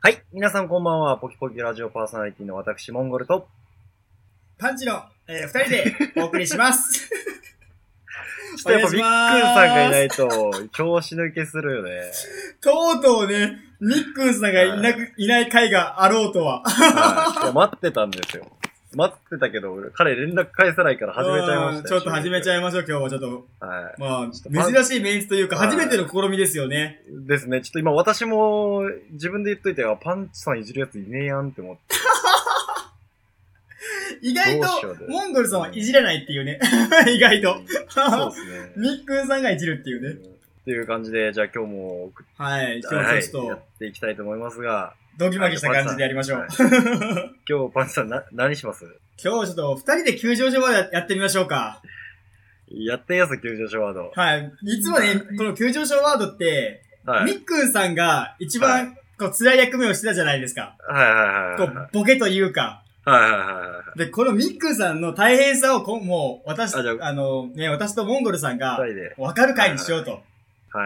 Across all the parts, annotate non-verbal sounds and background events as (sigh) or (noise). はい。皆さんこんばんは。ポキポキラジオパーソナリティの私、モンゴルと。パンチの、えー、二人でお送りします。ちょっとやっぱビッくんさんがいないと、調子抜けするよね。 (laughs) とうとうね、ニックンさんがいなく、いない回があろうとは。はい。いや待ってたんですよ。待ってたけど、俺彼連絡返さないから始めちゃいましうんた (laughs) ちょっと始めちゃゃいましょう、今日はちょっと。はまあ、ょっとパン珍しいメンツというか、はい初めての試みですよね。い。ですね。ちょっと今私も自分で言っといて、あパンチさんいじるやついねえやんって思って。意外どうしようとね、モンゴルさんはいじれないっていうね。 (laughs) 意外と。そうですね。ニックンさんがいじるっていうね。っていう感じで、じゃあ今日も送っはい、て、今日はちはょっいやとっ、ていきたいと思いますが、ドギマギした感じでやりましょはうい。今日パンチさんな、何します今日ちょっと、二人で球場所までやってみましょうか。やってんやつ、急上昇ワード。はい。いつもね、この急上昇ワードって、はい。みっくんさんが一番、こう辛い役目をしてたじゃないですか。はいはいはいこはい。うボケというか。はいはいはいはい。で、このみっくんさんの大変さをこ、もう、私、あじゃあの、ね、私とモンゴルさんが二、人で。わかる回にしようと。はい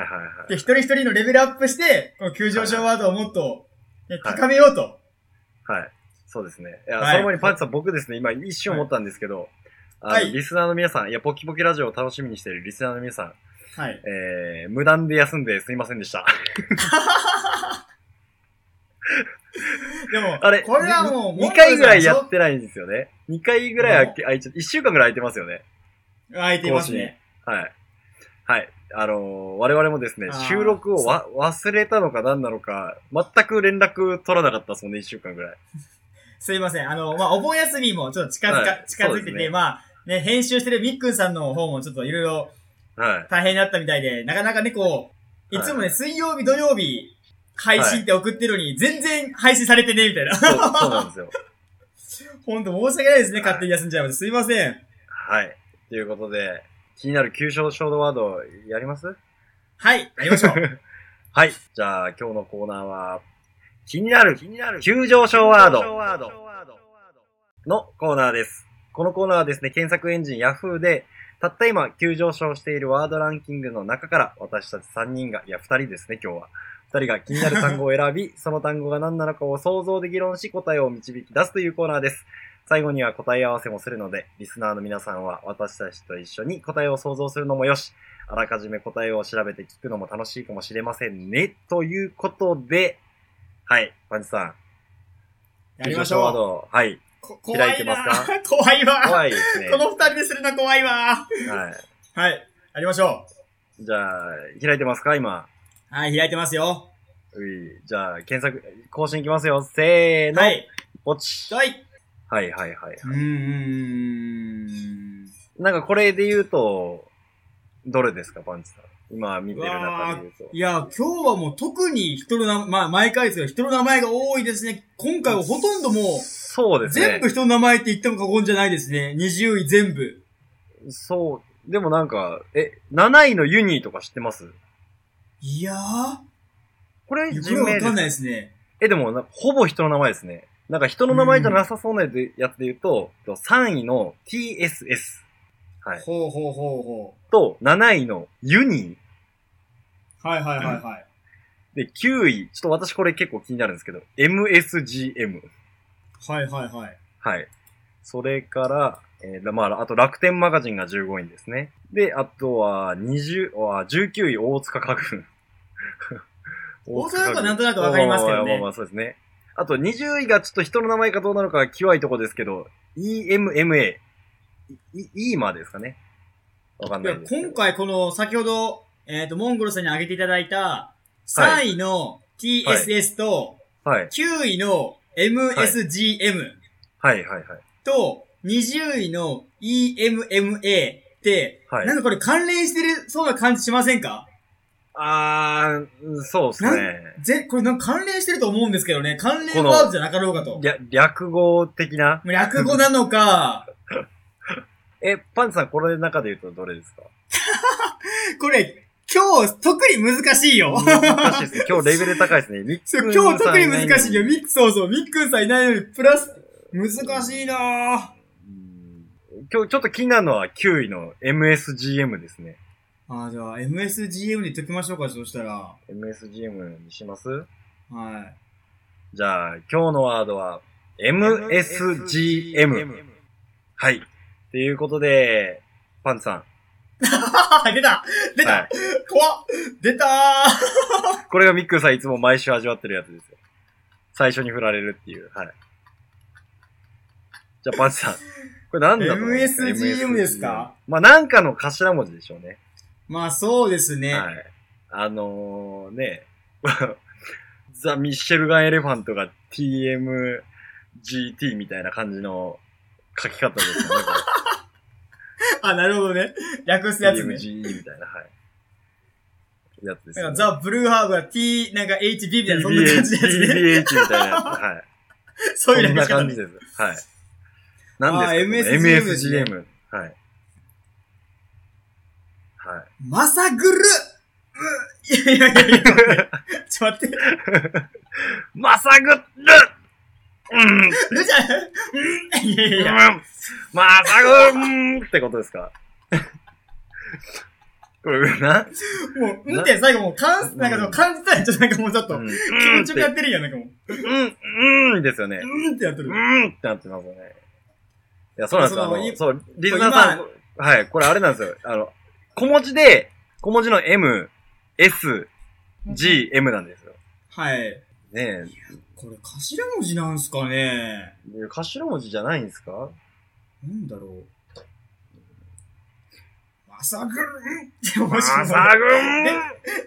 はいはい。で、一人一人のレベルアップして、この急上昇ワードをもっと、ねはい高めようと。はい。そうですね。いや、はいその前にパンチさん、僕ですね、今一瞬思ったんですけど、あはいはの、いリスナーの皆さん、いや、ポキポキラジオを楽しみにしているリスナーの皆さん、はい。えー、無断で休んですいませんでした。 (laughs) でも、あれこれはもう、 2回ぐらいやっってないんですよね。2回ぐらい空いちゃって、1週間ぐらい空いてますよね。空いていますね。はい。はい。あのー我々もですねあー、収録をわ忘れたのか何なのか、全く連絡取らなかったですもんね、1週間ぐらい。すいません。あの、まあ、お盆休みもちょっと近づか、はい近づそういでてすて、ねまあ、ね、編集してるみっくんさんの方もちょっといろいろはい。大変だったみたいで、なかなかね、こう、いつもはね、い水曜日、土曜日、配信って送ってるのに、全然配信されてね、みたいな。 (laughs) そうそうなんですよ。ほんと申し訳ないですね、はい勝手に休んじゃいます。すいません。はい。ということで、気になる急所衝動ワードやりますはい、やりましょう。 (laughs) はい。じゃあ、今日のコーナーは、気になる、気になる、急上昇ワードのコーナーです。このコーナーはですね、検索エンジン Yahoo で、たった今、急上昇しているワードランキングの中から、私たち3人が、いや、2人ですね、今日は。2人が気になる単語を選 (laughs) び、その単語が何なのかを想像で議論し、答えを導き出すというコーナーです。最後には答え合わせもするので、リスナーの皆さんは私たちと一緒に答えを想像するのもよし、あらかじめ答えを調べて聞くのも楽しいかもしれませんね。ということで、はい、パンチさん。やりまし優勝ワーょう。ドはい。こ開いてますか (laughs) 怖いわ。怖いですね。こはの二人でするな、怖いわ。い。はい、やりましょじゃあ、開いてますか今。う。はい、開いてますよ。うい。じゃあ、検索、更新いきますよ。せーの。はい、ポチ。はい。はいはいはい。うーん。なんかこれで言うと、どれですか、パンチさん。今見てる中で言うと。いや、今日はもう特に人の名、まあ、毎回ですけど、人の名前が多いですね。今回はほとんどもう、そうですね。全部人の名前って言っても過言じゃないですね。20位全部。そう。でもなんか、え、7位のユニーとか知ってますいやー、これいやこ人名れわですかんないですね。え、でもな、ほぼ人の名前ですね。なんか人の名前じゃなさそうなやつでやつで言うと、と3位の TSS。はい。ほうほうほうほと、7位のユニう。はいはいはいはい。ー。で、9位、ちょっと私これ結構気になるんですけど、MSGM。はいはいはい。はい。それから、えーまあ、あと楽天マガジンが15位ですね。で、あとは、20、あ19位、大塚家具。大阪だとなんとなくわかりますけどまあまあねま。あそうですね。あと20位がちょっと人の名前かどうなのかは際いとこですけど、EMMA。い、い、いまですかね。わかんいなやいですけど。今回この、先ほど、えっ、と、モンゴルさんに挙げていただいた、3位の TSS と、はい。 9位の MSGM はい、はい、はい。と、20位の EMMA って、はいなんかこれ関連してるそうな感じしませんかあー、そうですね。ぜ、これなんか関連してると思うんですけどね。関連ワードじゃなかろうかと。略略語的な略語なのか、え、パンツさんこれの中で言うとどれ (laughs) ですか (laughs) これ、今日、特に難しいよ。難しいですね。今日レベル高いですね。ミッ (laughs) そうク今日特に難しいよ。うミック、そうそう、ミックンさんいないのに、プラス、難しいなぁ。ん今日ちょっと気になるのは9位の MSGM ですね。あーじゃあ、MSGM で言っときましょうか、そしたら。は MSGM にしますい。じゃあ、今日のワードは MSGM。はい。ということで、パンツさん。 (laughs) 出た出た、はい。怖っ出たーこれがミックさんいつも毎週味わってるやつですよ。最初に振られるっていう。はい。じゃあ、パンチさん。これなんだと思います MSGM ですか MSGM まあ、なんかの頭文字でしょうね。まあそうですね。はい。あのー、ね、 (laughs) ザ・ミッシェルガン・エレファントが TMGT みたいな感じの書き方ですよね。これあ、なるほどね。略すやつね。 TMGE みたいな、はい。やつですなよんかね。ザ・ブルーハーブは T、なんか HB みたいな、そんな感じの (laughs) やつね。 TBH みたいなやつ。はい。そういうそん略なし方感ねじ。です。はい。何ですかあー MSGM ですね MSGM。はい。はい。まさぐるういやいやいやいや、 (laughs) ちょっと待って。まさぐるうんうんルちゃん、うんいやいやいや。まさぐるうんってことです (laughs) かこれ、な、もう、うんって最後もう、かん、なんかでも感じたら、ちょっとなんかもうちょっと、うん、気う持んっちよくやて、ってるやん、なんかもう。うん、うんですよね。うんってやってるう。んってなってますよね。いや、そうなんですよ。あそのいの、そう、リスナーさん、はい、これあれなんですよ。あの、小文字で、小文字の M、S、G、M なんですよ。はい。ねこれ頭文字なんすかねえ、で頭文字じゃないんですかなんだろう。まさぐるんって、もましさも、ぐ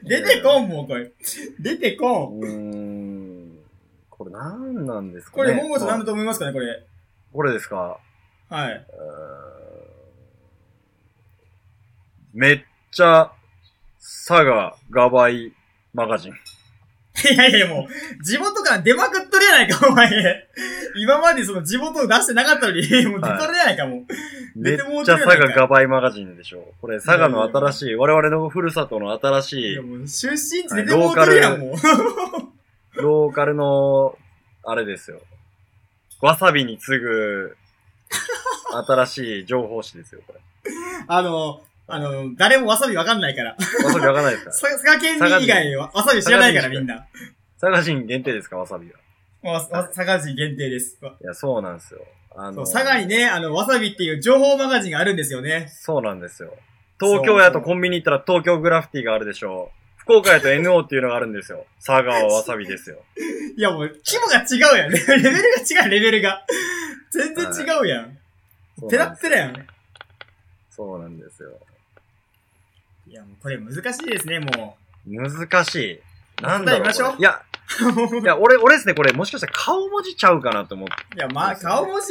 出てこん、もうこれ。出てこん。んうーん。これ何なんですかこねれ、モンゴルさん何まあだと思いますかね、これ。これですかはい。うーんめっちゃ、佐賀、ガバイ、マガジン。いやいや、もう、地元から出まくっとるやないか、お前。今までその地元を出してなかったのに、もう出とるやないか、もう。め出ってもうちてゃるやな佐いか賀ガバイマガジンでしょ。これ、佐賀の新しい、我々のふるさとの新しいいや、、もう、出身地出てもうとるやん、もう。ローカルの、あれですよ。わさびに次 (laughs) ぐ、新しい情報誌ですよ、これ。あの、あの、誰もわさびわかんないから。わさびわかんないですか (laughs) さ佐賀県民以外はわさび知らないから、みんな。佐賀人限定ですか、わさびは。わわ佐賀人限定です。わいや、そうなんですよ。あその、う佐賀にね、あの、わさびっていう情報マガジンがあるんですよね。そうなんですよ。東京やとコンビニ行ったら東京グラフィティがあるでしょう。福岡やと NO っていうのがあるんですよ。佐賀はわさびです (laughs) よ。いや、もう、規模が違うやん。レ (laughs) ベルが違う、レベルが。全然違うやん。ペラッペラやん。そうなんですよ。いや、もうこれ難しいですね、も難しい。なんだろう。答え言いましょうこれいや、う。いや、俺、俺ですね、これ、もしかしたら顔文字ちゃうかなと思って。いや、まあ、顔文字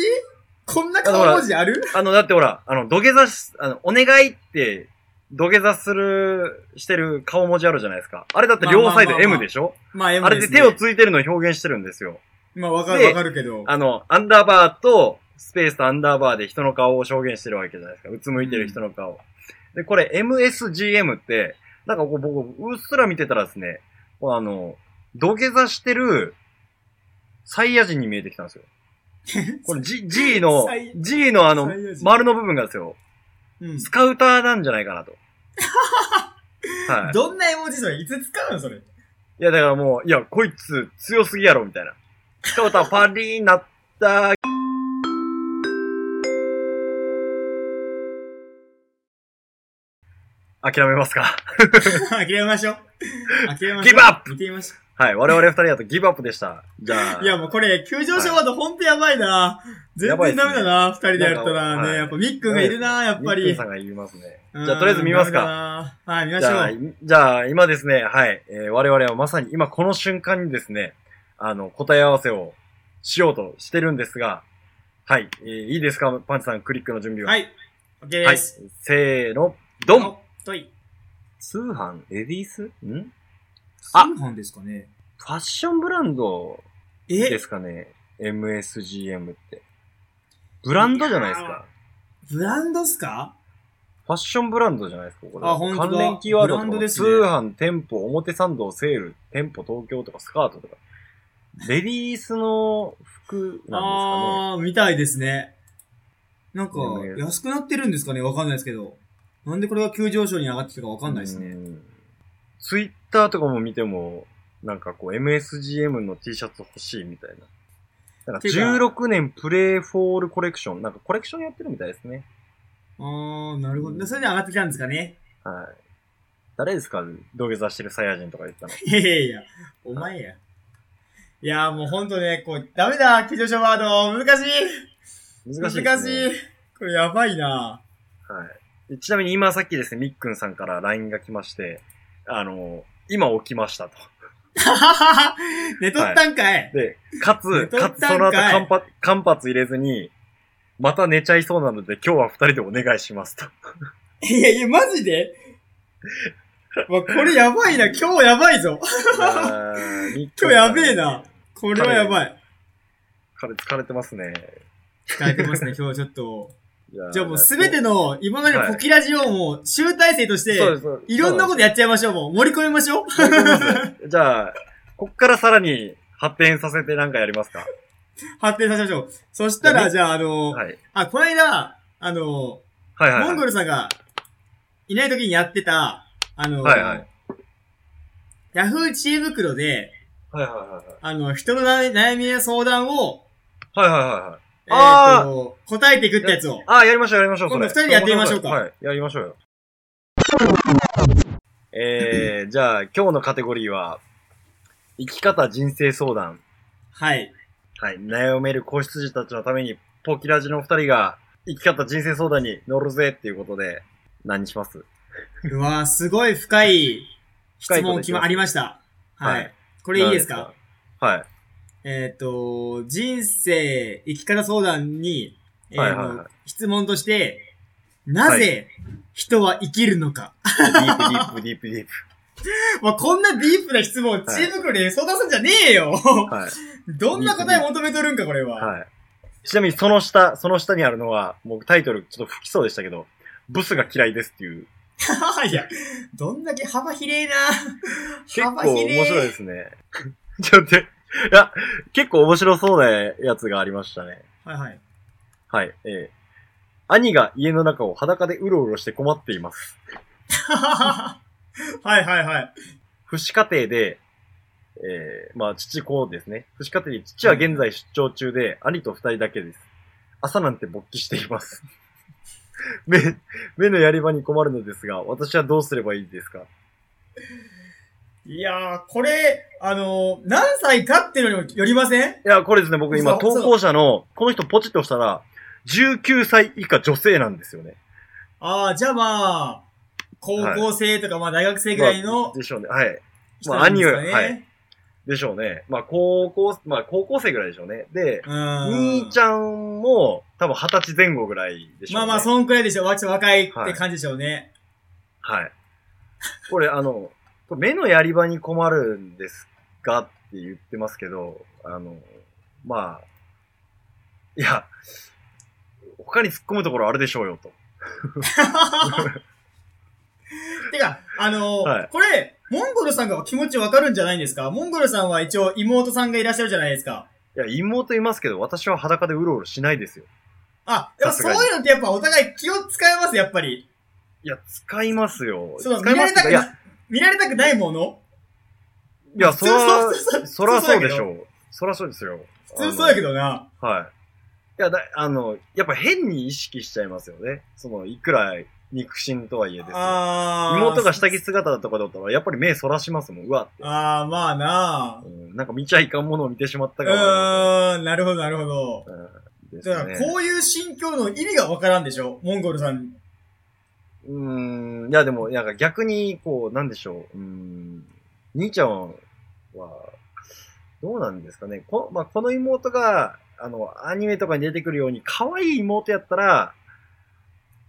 こんな顔文字あるあの、だってほら、あの、土下座し、あの、お願いって、土下座する、してる顔文字あるじゃないですか。あれだって両サイドまあまあまあまあ M でしょまあ、あ M れで、です手ね。をついてるのを表現してるんですよ。まあ、わかるでわかるけど。あの、アンダーバーと、スペースとアンダーバーで人の顔を表現してるわけじゃないですか。うつむいてる人の顔。で、これ MSGM って、なんかこう僕、うっすら見てたらですね、こうあの、土下座してる、サイヤ人に見えてきたんですよ。これ G, G のサイ、 G のあのサイヤ、人丸の部分がですよ、うんスカウターなんじゃないか (laughs) なと。はい。どんな絵文字それいつ使うのそれ。 (laughs) いや、だからもう、いや、こいつ強すぎやろ、みたいな。スカウターパリーンなった諦めますか諦めましょう。諦めましょう。ギブアップ見てみましょはい。我々二人だとギブアップでした。じゃあ。う。いや、もうこれ、急上昇ワードほんとやばいな全然ダメだな二人でやっなたんらかはね。いやっぱミックがいるなやっぱニッり。クじさんが言いますね。じゃあ、とりあえず見ますか。か。はい、見まじしょゃあ、う。いじゃあ、今ですね、はい。えー我々はまさに今この瞬間にですね、あの、答え合わせをしようとしてるんですが、はい。えーいいですかパンチさん、クリックの準備は。はい。OK はでい。す。せーの、ドンおとい。通販レディースんフああ販ですかね。ァッションブランドでえすかね ?MSGM って。ブランドじゃないですいやかブランドっすかファッションブランドじゃないですかこれ。あ本当だ関連キーワードブランドとか、です通ね販、店舗、表参道、セール、店舗、東京とか、スカートとか。レディースの服なんあー、みたいですね。なんかいや、安くなってるんですかねわかんないですけど。なんでこれが急上昇に上がってきたかわかんなでいですすかね。ね。うんツイッターとかも見ても、なんかこう MSGM の T シャツ欲しいみたいな。なんかてか16年プレイフォールコレクション。なんかコレクションやってるみたいですね。あー、なるほど。でそれで上がってきたんですかね。はい。誰ですか土下座してるサイヤ人とか言ったの。いやいやいや、お前や。いやーもうほんとね、こう、ダメだ、救助者ワード、難しい難しい、難しい。これやばい (laughs) なはい。ちなみに今さっきですね、みっくんさんから LINE が来まして、あの、今起きましたと。寝とったんかい、で、か寝つ、とかっつたそんかのい後間髪、間髪入れずに、また寝ちゃいそうなので今日は二人でお願いしますと。い、やいや、マジでわ、これやばいな、今日やばいぞ。 (laughs) あーみっく今んさん日やべえな。これはやばい。彼疲れてますね。疲れてますね、今日ちょっと。いやーじゃあもうすべての、今までのはいポキラジオもう集大成として、そうですそうですいろんなことやっちゃいましょう、もう。盛り込みましょう。 (laughs) そうですじゃあ、こっからさらに発展させてなんかやりますか発展させましょう。そしたら、ねじゃあ、あの、はい。あ、この間、あはの、いはい、はい。モンゴルさんがいない時にやってた、あの、はいはいヤフー知恵袋で、はいはいはいはい。あの、人のな悩みや相談を、はいはいはいはい。えっ、あーと、答えていくってやつを。ああ、やりましょう、やりましょう。今そ度れ二人でやってみましょうかはい、やりましょうよ。えー、じゃあ、今日のカテゴリーは、生き方人生相談。はい。はい、悩める子羊たちのために、ポキラジのお二人が、生き方人生相談に乗るぜっていうことで、何にしますうわーすごい深い質問深いこといききまますありました。はい。はいここれいいですかはい。えっ、と、人生、生き方相談に、えーはいはいはい質問として、なぜ人は生きるのか。 (laughs) ディープ、ディープ、ディープ、ディーまあ、こんなディープな質問、知恵袋で相談すんじゃねえよ (laughs) プ。はい。どんな答え求めとるんか、こ (laughs) れは。はい。ちなみに、その下、その下にあるのは、もうタイトルちょっと不起訴でしたけど、ブスが嫌いですっていう、 (laughs) い、や、どんだけ幅広えな (laughs) 結構幅面広え。白いですね。 (laughs) ちょっと待って、いや、結構面白そうなやつがありましたね。はいはい。 (laughs) はい、えー兄が家の中を裸でうろうろして困っています。はいはいはい。不死家庭で、えーまあ、父子ですね。不死家庭で、父は現在出張中で、兄と二人だけです。朝なんて勃起しています。 (laughs) 目、目のやり場に困るのですが、私はどうすればいいですかいやー、これ、あのー何歳かっていうのにもよりませんいや、これですね、僕今、そうそ投う稿者の、この人ポチッと押したら、19歳以下女性なんですよね。ああ、じゃあまあ、高校生とか、まあ大学生ぐらいまあのでしょうね。はい。人なんですかね。まあ兄でしょうね。まあ、高校、まあ、高校生ぐらいでしょうね。で、うん。兄ちゃんも、多分二十歳前後ぐらいでしょうまあね。まあ、う。そんくらいでしょ。わちょっと若いって感じでしょ (laughs) うね。はい。これ、あの、これ目のやり場に困るんですかって言ってますけど、あの、まあ、いや、他に突っ込むところあるでしょうよ、と。てか、あのーはいこれ、モンゴルさんが気持ちわかるんじゃないんですかモンゴルさんは一応妹さんがいらっしゃるじゃないですか。いや、妹いますけど、私は裸でうろうろしないですよ。あ、やっさぱすそがうにいうのってやっぱお互い気を使います、やっぱり。いや、使いますよ。その使いますけどい見られや、見られたくないものいや、そら普通そう、そらそうでし普通そうやけどょう。そらそうですよ。普通そうやけど。どな。はい。いや、だ、あの、やっぱ変に意識しちゃいますよね。その、いくら肉親とはいえですよ。あー。妹が下着姿とかだったら、やっぱり目そらしますもん。うわって。あー、まあなうんなんか見ちゃいかんものを見てしまったから。うーん、なるほど、なるほど。うんですだかね。ら、こういう心境の意味がわからんでしょモンゴルさん。うーん。いや、でも、なんか逆に、こう、なんでしょう。うーん。兄ちゃんは、どうなんですかね。こ,、まあ、この妹が、あの、アニメとかに出てくるように、可愛い妹やったら、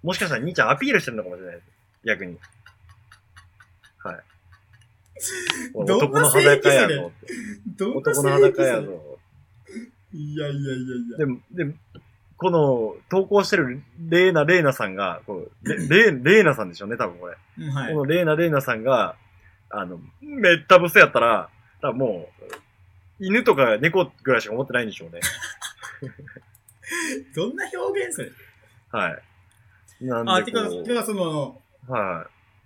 もしかしたら兄ちゃんアピールしてるのかもしれないです。逆に。 (laughs) はい。どんな男の裸やぞって。どんな男の性癖裸ややぞ。いやいやいやいや。でも、でも、この、投稿してるレーナ・レーナさんが、こうレレーレーナさんでしょうね、多分これ。うん、はこい。のレーナ・レーナさんが、あの、めったぶせやったら、多分もう、犬とか猫ぐらいしか思ってないんでしょうね。どんな表現それはい。なんであ、てか、こうてかその、はや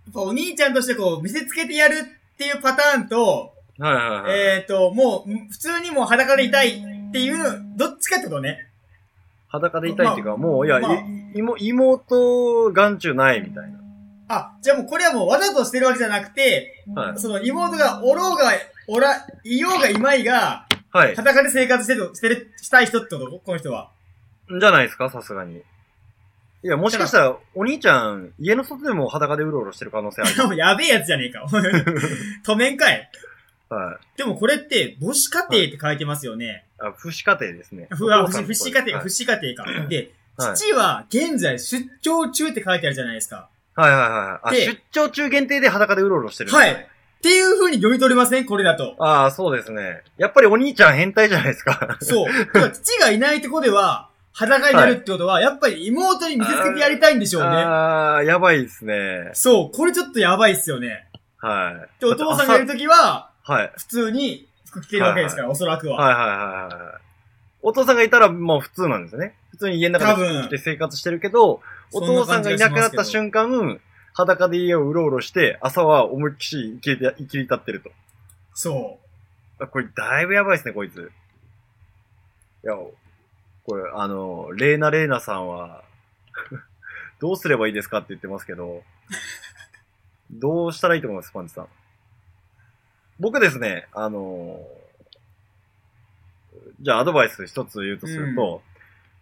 っぱお兄ちゃんとしてこう、見せつけてやるっていうパターンと、い。はいはいはい。えっ、ー、と、もう、ん普通にもう裸で痛いっていう、どっちかってことね。裸で痛いっていうか、もう、いや、まあい妹、妹、眼中ないみたいあ、じゃあもうこれはもうわざとしてるわけじゃなくて、な。はい。その妹がおろうが、おら、いようがいまいが、はい。裸で生活してる、してる、したい人ってことこの人は。じゃないですか、さすがに。いや、もしかしたら、お兄ちゃん、家の外でも裸でうろうろしてる可能性あ (laughs) る。もうやべえやつじゃ (laughs) ねえか。止めんかい。はい。でもこれって、母子家庭って書いてますよね。あ、不死家庭ですね。ふわ、お不父さん死のと不こ死で家庭、は不い死家庭か。で、はい父は現在出張中って書いてあるじゃないですか。はいはいはいはい。あ、で出張中限定で裸でうろうろしてる。はい。っていう風に読み取れませんこれだと。ああ、そうですね。やっぱりお兄ちゃん変態じゃないですか。そう。だから父がいないとこでは、裸になるってことは、やっぱり妹に見せつけてやりたいんでしょうね。ああ、やばいですね。そう。これちょっとやばいっすよね。はい。で、お父さんがいるだってときは、朝はい。普通に服着てるわけですから、おそらくは。はいはいはいはいはい。お父さんがいたらもう普通なんですよね。普通に家の中多で分で、生活してるけど、おそ父さん感がじいしなますくけどなった瞬間、裸で家をうろうろして、朝は思いっきり生きり生きり立ってると。そあこれだいぶやばいですね、こいつ。いや、これ、あの、レーナレーナさんは、 (laughs) どうすればいいですかって言ってますけど、どうしたらいいと思います、パンチさん。僕ですね、あの、じゃあアドバイス一つ言うとすると、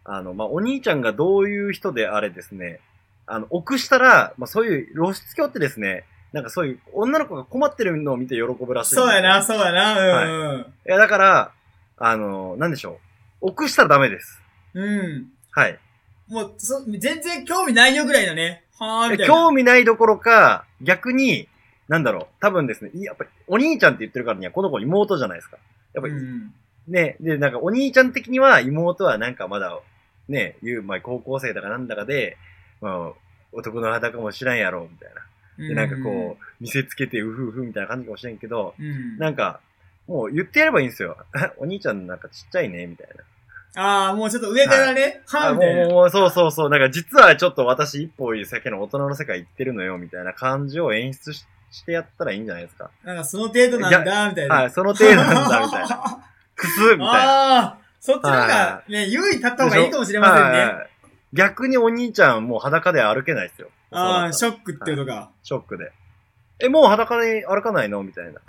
あの、まあ、お兄ちゃんがどういう人であれですね、あの、臆したら、まあ、そういう露出狂ってですね、なんかそういう女の子が困ってるのを見て喜ぶらう。しいんですよ。そうやな、そうやな、うんいや、だから、あの、なんでしょう。臆したらダメです。うん。うん。はい。もう、そ、全然興味ないよぐらいのね。はーみたいな。興味ないどころか、逆に、なんだろう。多分ですね、いやっぱり、お兄ちゃんって言ってるからには、この子妹じゃないですか。やっぱり、うんね、で、なんかお兄ちゃん的には、妹はなんかまだ、ね、言う、まあ、高校生だかなんだかで、まあ、男の裸かもしらんやろ、みたいな。うで、なんかこう、見せつけて、うふうふみたいな感じかもしれんけど、う、うん。なんか、もう言ってやればいいんですよ。 (laughs) お兄ちゃんなんかちっちゃいね、みたいな。ああ、もうちょっと上からね、はあーみも、たいうな。もうそうそうそう。なんか実はちょっと私一歩先の大人の世界行ってるのよ、みたいな感じを演出ししてやったらいいんじゃないですか。なんかその程度なんだ、みたいな。はい、その程度なんだ、みたい (laughs) な。あくす、みたいな。あー、そっちなんか、ね、優位に立った方がいいかもしれませんはいね。はい逆にお兄ちゃんもう裸で歩けないですよ。ああ、ショショックっていうのが。ショックで。え、もう裸で歩かないのみたいな。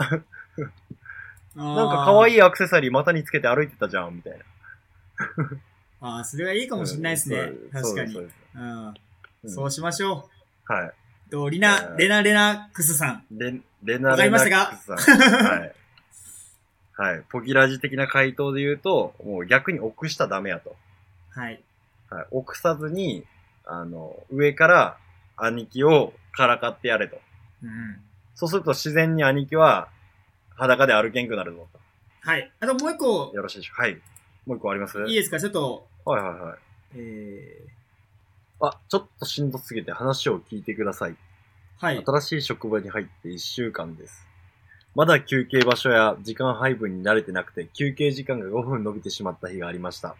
ななんか可愛い。いアクセサリー股につけて歩いてたじゃん、みたいな。ああ、それはいいかもしれないですねうん。確かに。そううですん。そそううですしましょうんはい。う。と、リうナ、んレナレナクスさん。レ、レナわかレりナまッしたクかスさん。はい。 (laughs) はい。ポギラジ的な回答で言うと、もう逆に臆したらダメやと。はい。はい。臆さずに、あの、上から兄貴をからかってやれと。うん。そうすると自然に兄貴は裸で歩けんくなるぞと。はい。あともう一個、よろしいでしょうかはい。もう一個ありますいいですかちょっと、はいはいはい。えー、あ、ちょっとしんどすぎて話を聞いてください。はい。新しい職場に入って1週間です。まだ休憩場所や時間配分に慣れてなくて、休憩時間が5分伸びてしまった日がありました。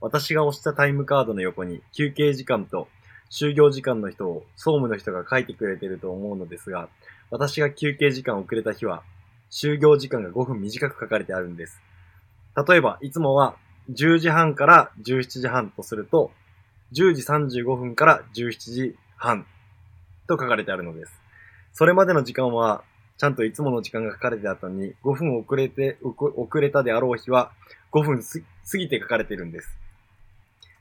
私が押したタイムカードの横に休憩時間と就業時間の人を総務の人が書いてくれてると思うのですが、私が休憩時間を遅れた日は、就業時間が5分短く書かれてあるんです。例えば、いつもは10時半から17時半とすると、10時35分から17時半と書かれてあるのです。それまでの時間は、ちゃんといつもの時間が書かれてあったのに、5分遅れて、おこ遅れたであろう日は、5分す過ぎて書かれているんです。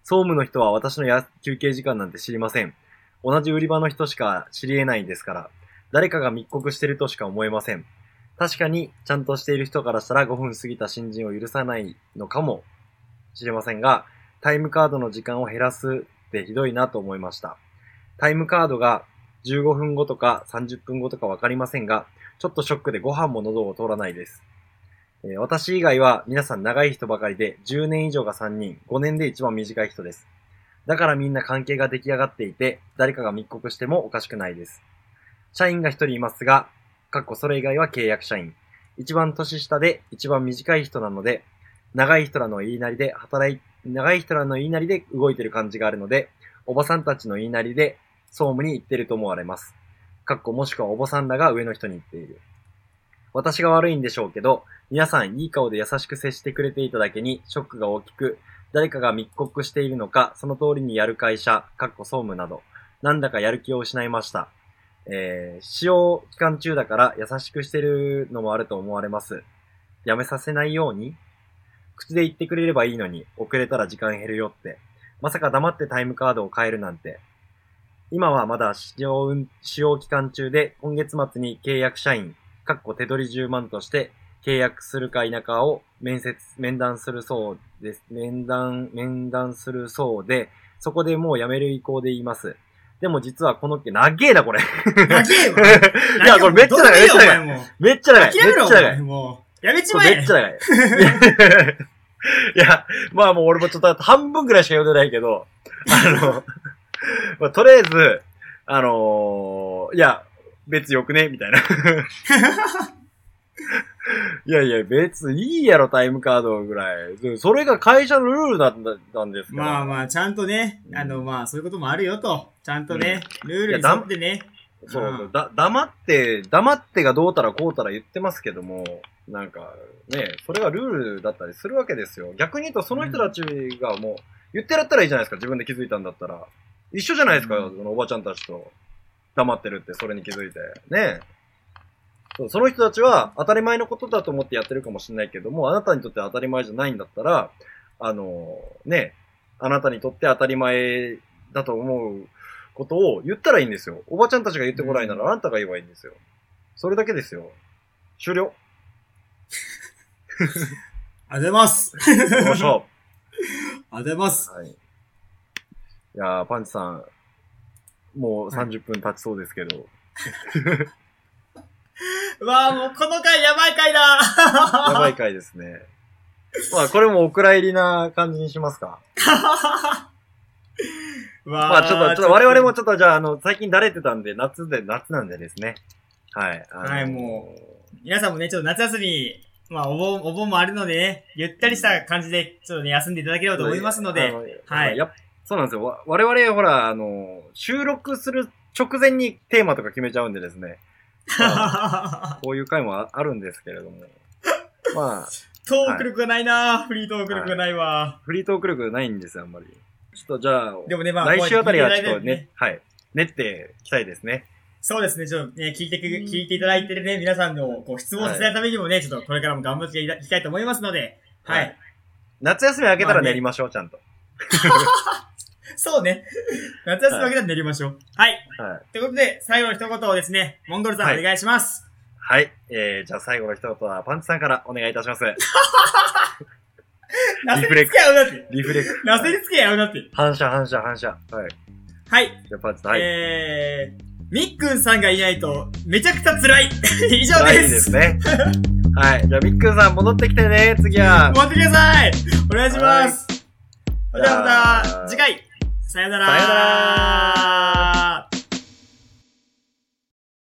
総務の人は私のや休憩時間なんて知りません。同じ売り場の人しか知り得ないんですから、誰かが密告してるとしか思えません。確かに、ちゃんとしている人からしたら5分過ぎた新人を許さないのかもしれませんが、タイムカードの時間を減らすってひどいなと思いました。タイムカードが15分後とか30分後とかわかりませんが、ちょっとショックでご飯も喉を通らないです。えー私以外は皆さん長い人ばかりで、10年以上が3人、5年で一番短い人です。だからみんな関係が出来上がっていて、誰かが密告してもおかしくないです。社員が1人いますが、かっこそれ以外は契約社員。一番年下で一番短い人なので、長い人らの言いなりで働い、長い人らの言いなりで動いてる感じがあるので、おばさんたちの言いなりで総務に行ってると思われます。かっこもしくはおばさんらが上の人に行っている。私が悪いんでしょうけど、皆さんいい顔で優しく接してくれていただけにショックが大きく、誰かが密告しているのか、その通りにやる会社、かっこ総務など、なんだかやる気を失いました。えー、使用期間中だから優しくしてるのもあると思われます。やめさせないように口で言ってくれればいいのに、遅れたら時間減るよって。まさか黙ってタイムカードを変えるなんて。今はまだ使用運、使用期間中で、今月末に契約社員、かっこ手取り10万として、契約するか否かを面接、面談するそうです。面談、面談するそうで、そこでもう辞める意向で言います。でも実はこの、なげえな、これ。なげえわ。いや、これめっちゃ長い、めっちゃ長い。めっちゃ長い。もうい。諦めめろ、っおちゃ長い前。もう。やめちこまれえ。めっちゃ長い。いや、まあもう俺もちょっと半分くらいしか読んでないけど、あの、 (laughs) まあ、とりあえず、あのーいや、別によくねみた (laughs) いな。いやいや、別にいいやろ、タイムカードぐらい。でそれが会社のルールだったんですから。まあまあ、ちゃんとねう、んあの、まあ、そういうこともあるよと。ちゃんとね、ルーいやルにだ沿んってね。そうう、んだ、黙って、黙ってがどうたらこうたら言ってますけども、なんか、ね、それはルールだったりするわけですよ。逆に言うと、その人たちがもう、言ってやったらいいじゃないですか、自分で気づいたんだったら。一緒じゃないですか、うんそのおばちゃんたちと。黙ってるって、それに気づいて。ねそうその人たちは当たり前のことだと思ってやってるかもしれないけども、あなたにとって当たり前じゃないんだったら、あの、ね、あなたにとって当たり前だと思うことを言ったらいいんですよ。おばちゃんたちが言ってこないなら、あんたが言えばいいんですよ。それだけですよ。終了。ありがとうございます。行きましょ (laughs) ありがとうございますう。。 (laughs) はい。いやー、パンチさん、もう30分経ちそうですけど。うわあ、もうこの回やばい回だや (laughs) ばい回ですね。 (laughs) まあ、これもお蔵入りな感じにしますか。ままあ、ちょっと、ちょっと我々もちょっと、じゃあ、あの、最近だれてたんで、夏で、夏なんでですね。はい。あのはいも皆さんもね、ちょっと夏休み、まあ、お盆、お盆もあるのでね、ゆったりした感じで、ちょっとね、休んでいただければと思いますのあで、はいやっそうなんですよ。わ我々、ほら、あの、収録する直前にテーマとか決めちゃうんでです (laughs) ね。まあこういう回もああるんですけれども。まあ、 (laughs) トーク力がないなあフリートーク力がないわ、フリートーク力ないんですよ、あんまり。ちょっとじゃあ、でもね、まあ、来週あたりはちょっとこうやて聞ね、いていただいてはい。練っていきたいですね。そうですね、ちょっとね、聞いてく、聞いていただいてるね、皆さんの、こう、質問させないためにもね、ちょっとこれからも頑張っていただきたいと思いますので、はい。はい夏休み明けたまらあね練りましょう、ちゃんと。そうね。 (laughs) 夏休み明けたら練りましょう。はい。はい。ということで、最後の一言をですね、モンゴルさん、はいお願いします。はい。えー、じゃあ最後の一言はパンチさんからお願いいたします。なせリフレにクつけやよだって。リフレク。 (laughs) なせにつけやよだって。反射、反射、反射。はい。はい。じゃあパンチさん、はい。えー、みっくんさんがいないと、めちゃくちゃ辛い。 (laughs) 以上大で。事ですすね。はい。じゃあ、みっくんさん戻ってきてね、次は。持ってください。お願いします。それではまじゃあた、次回。さよなら。さよなら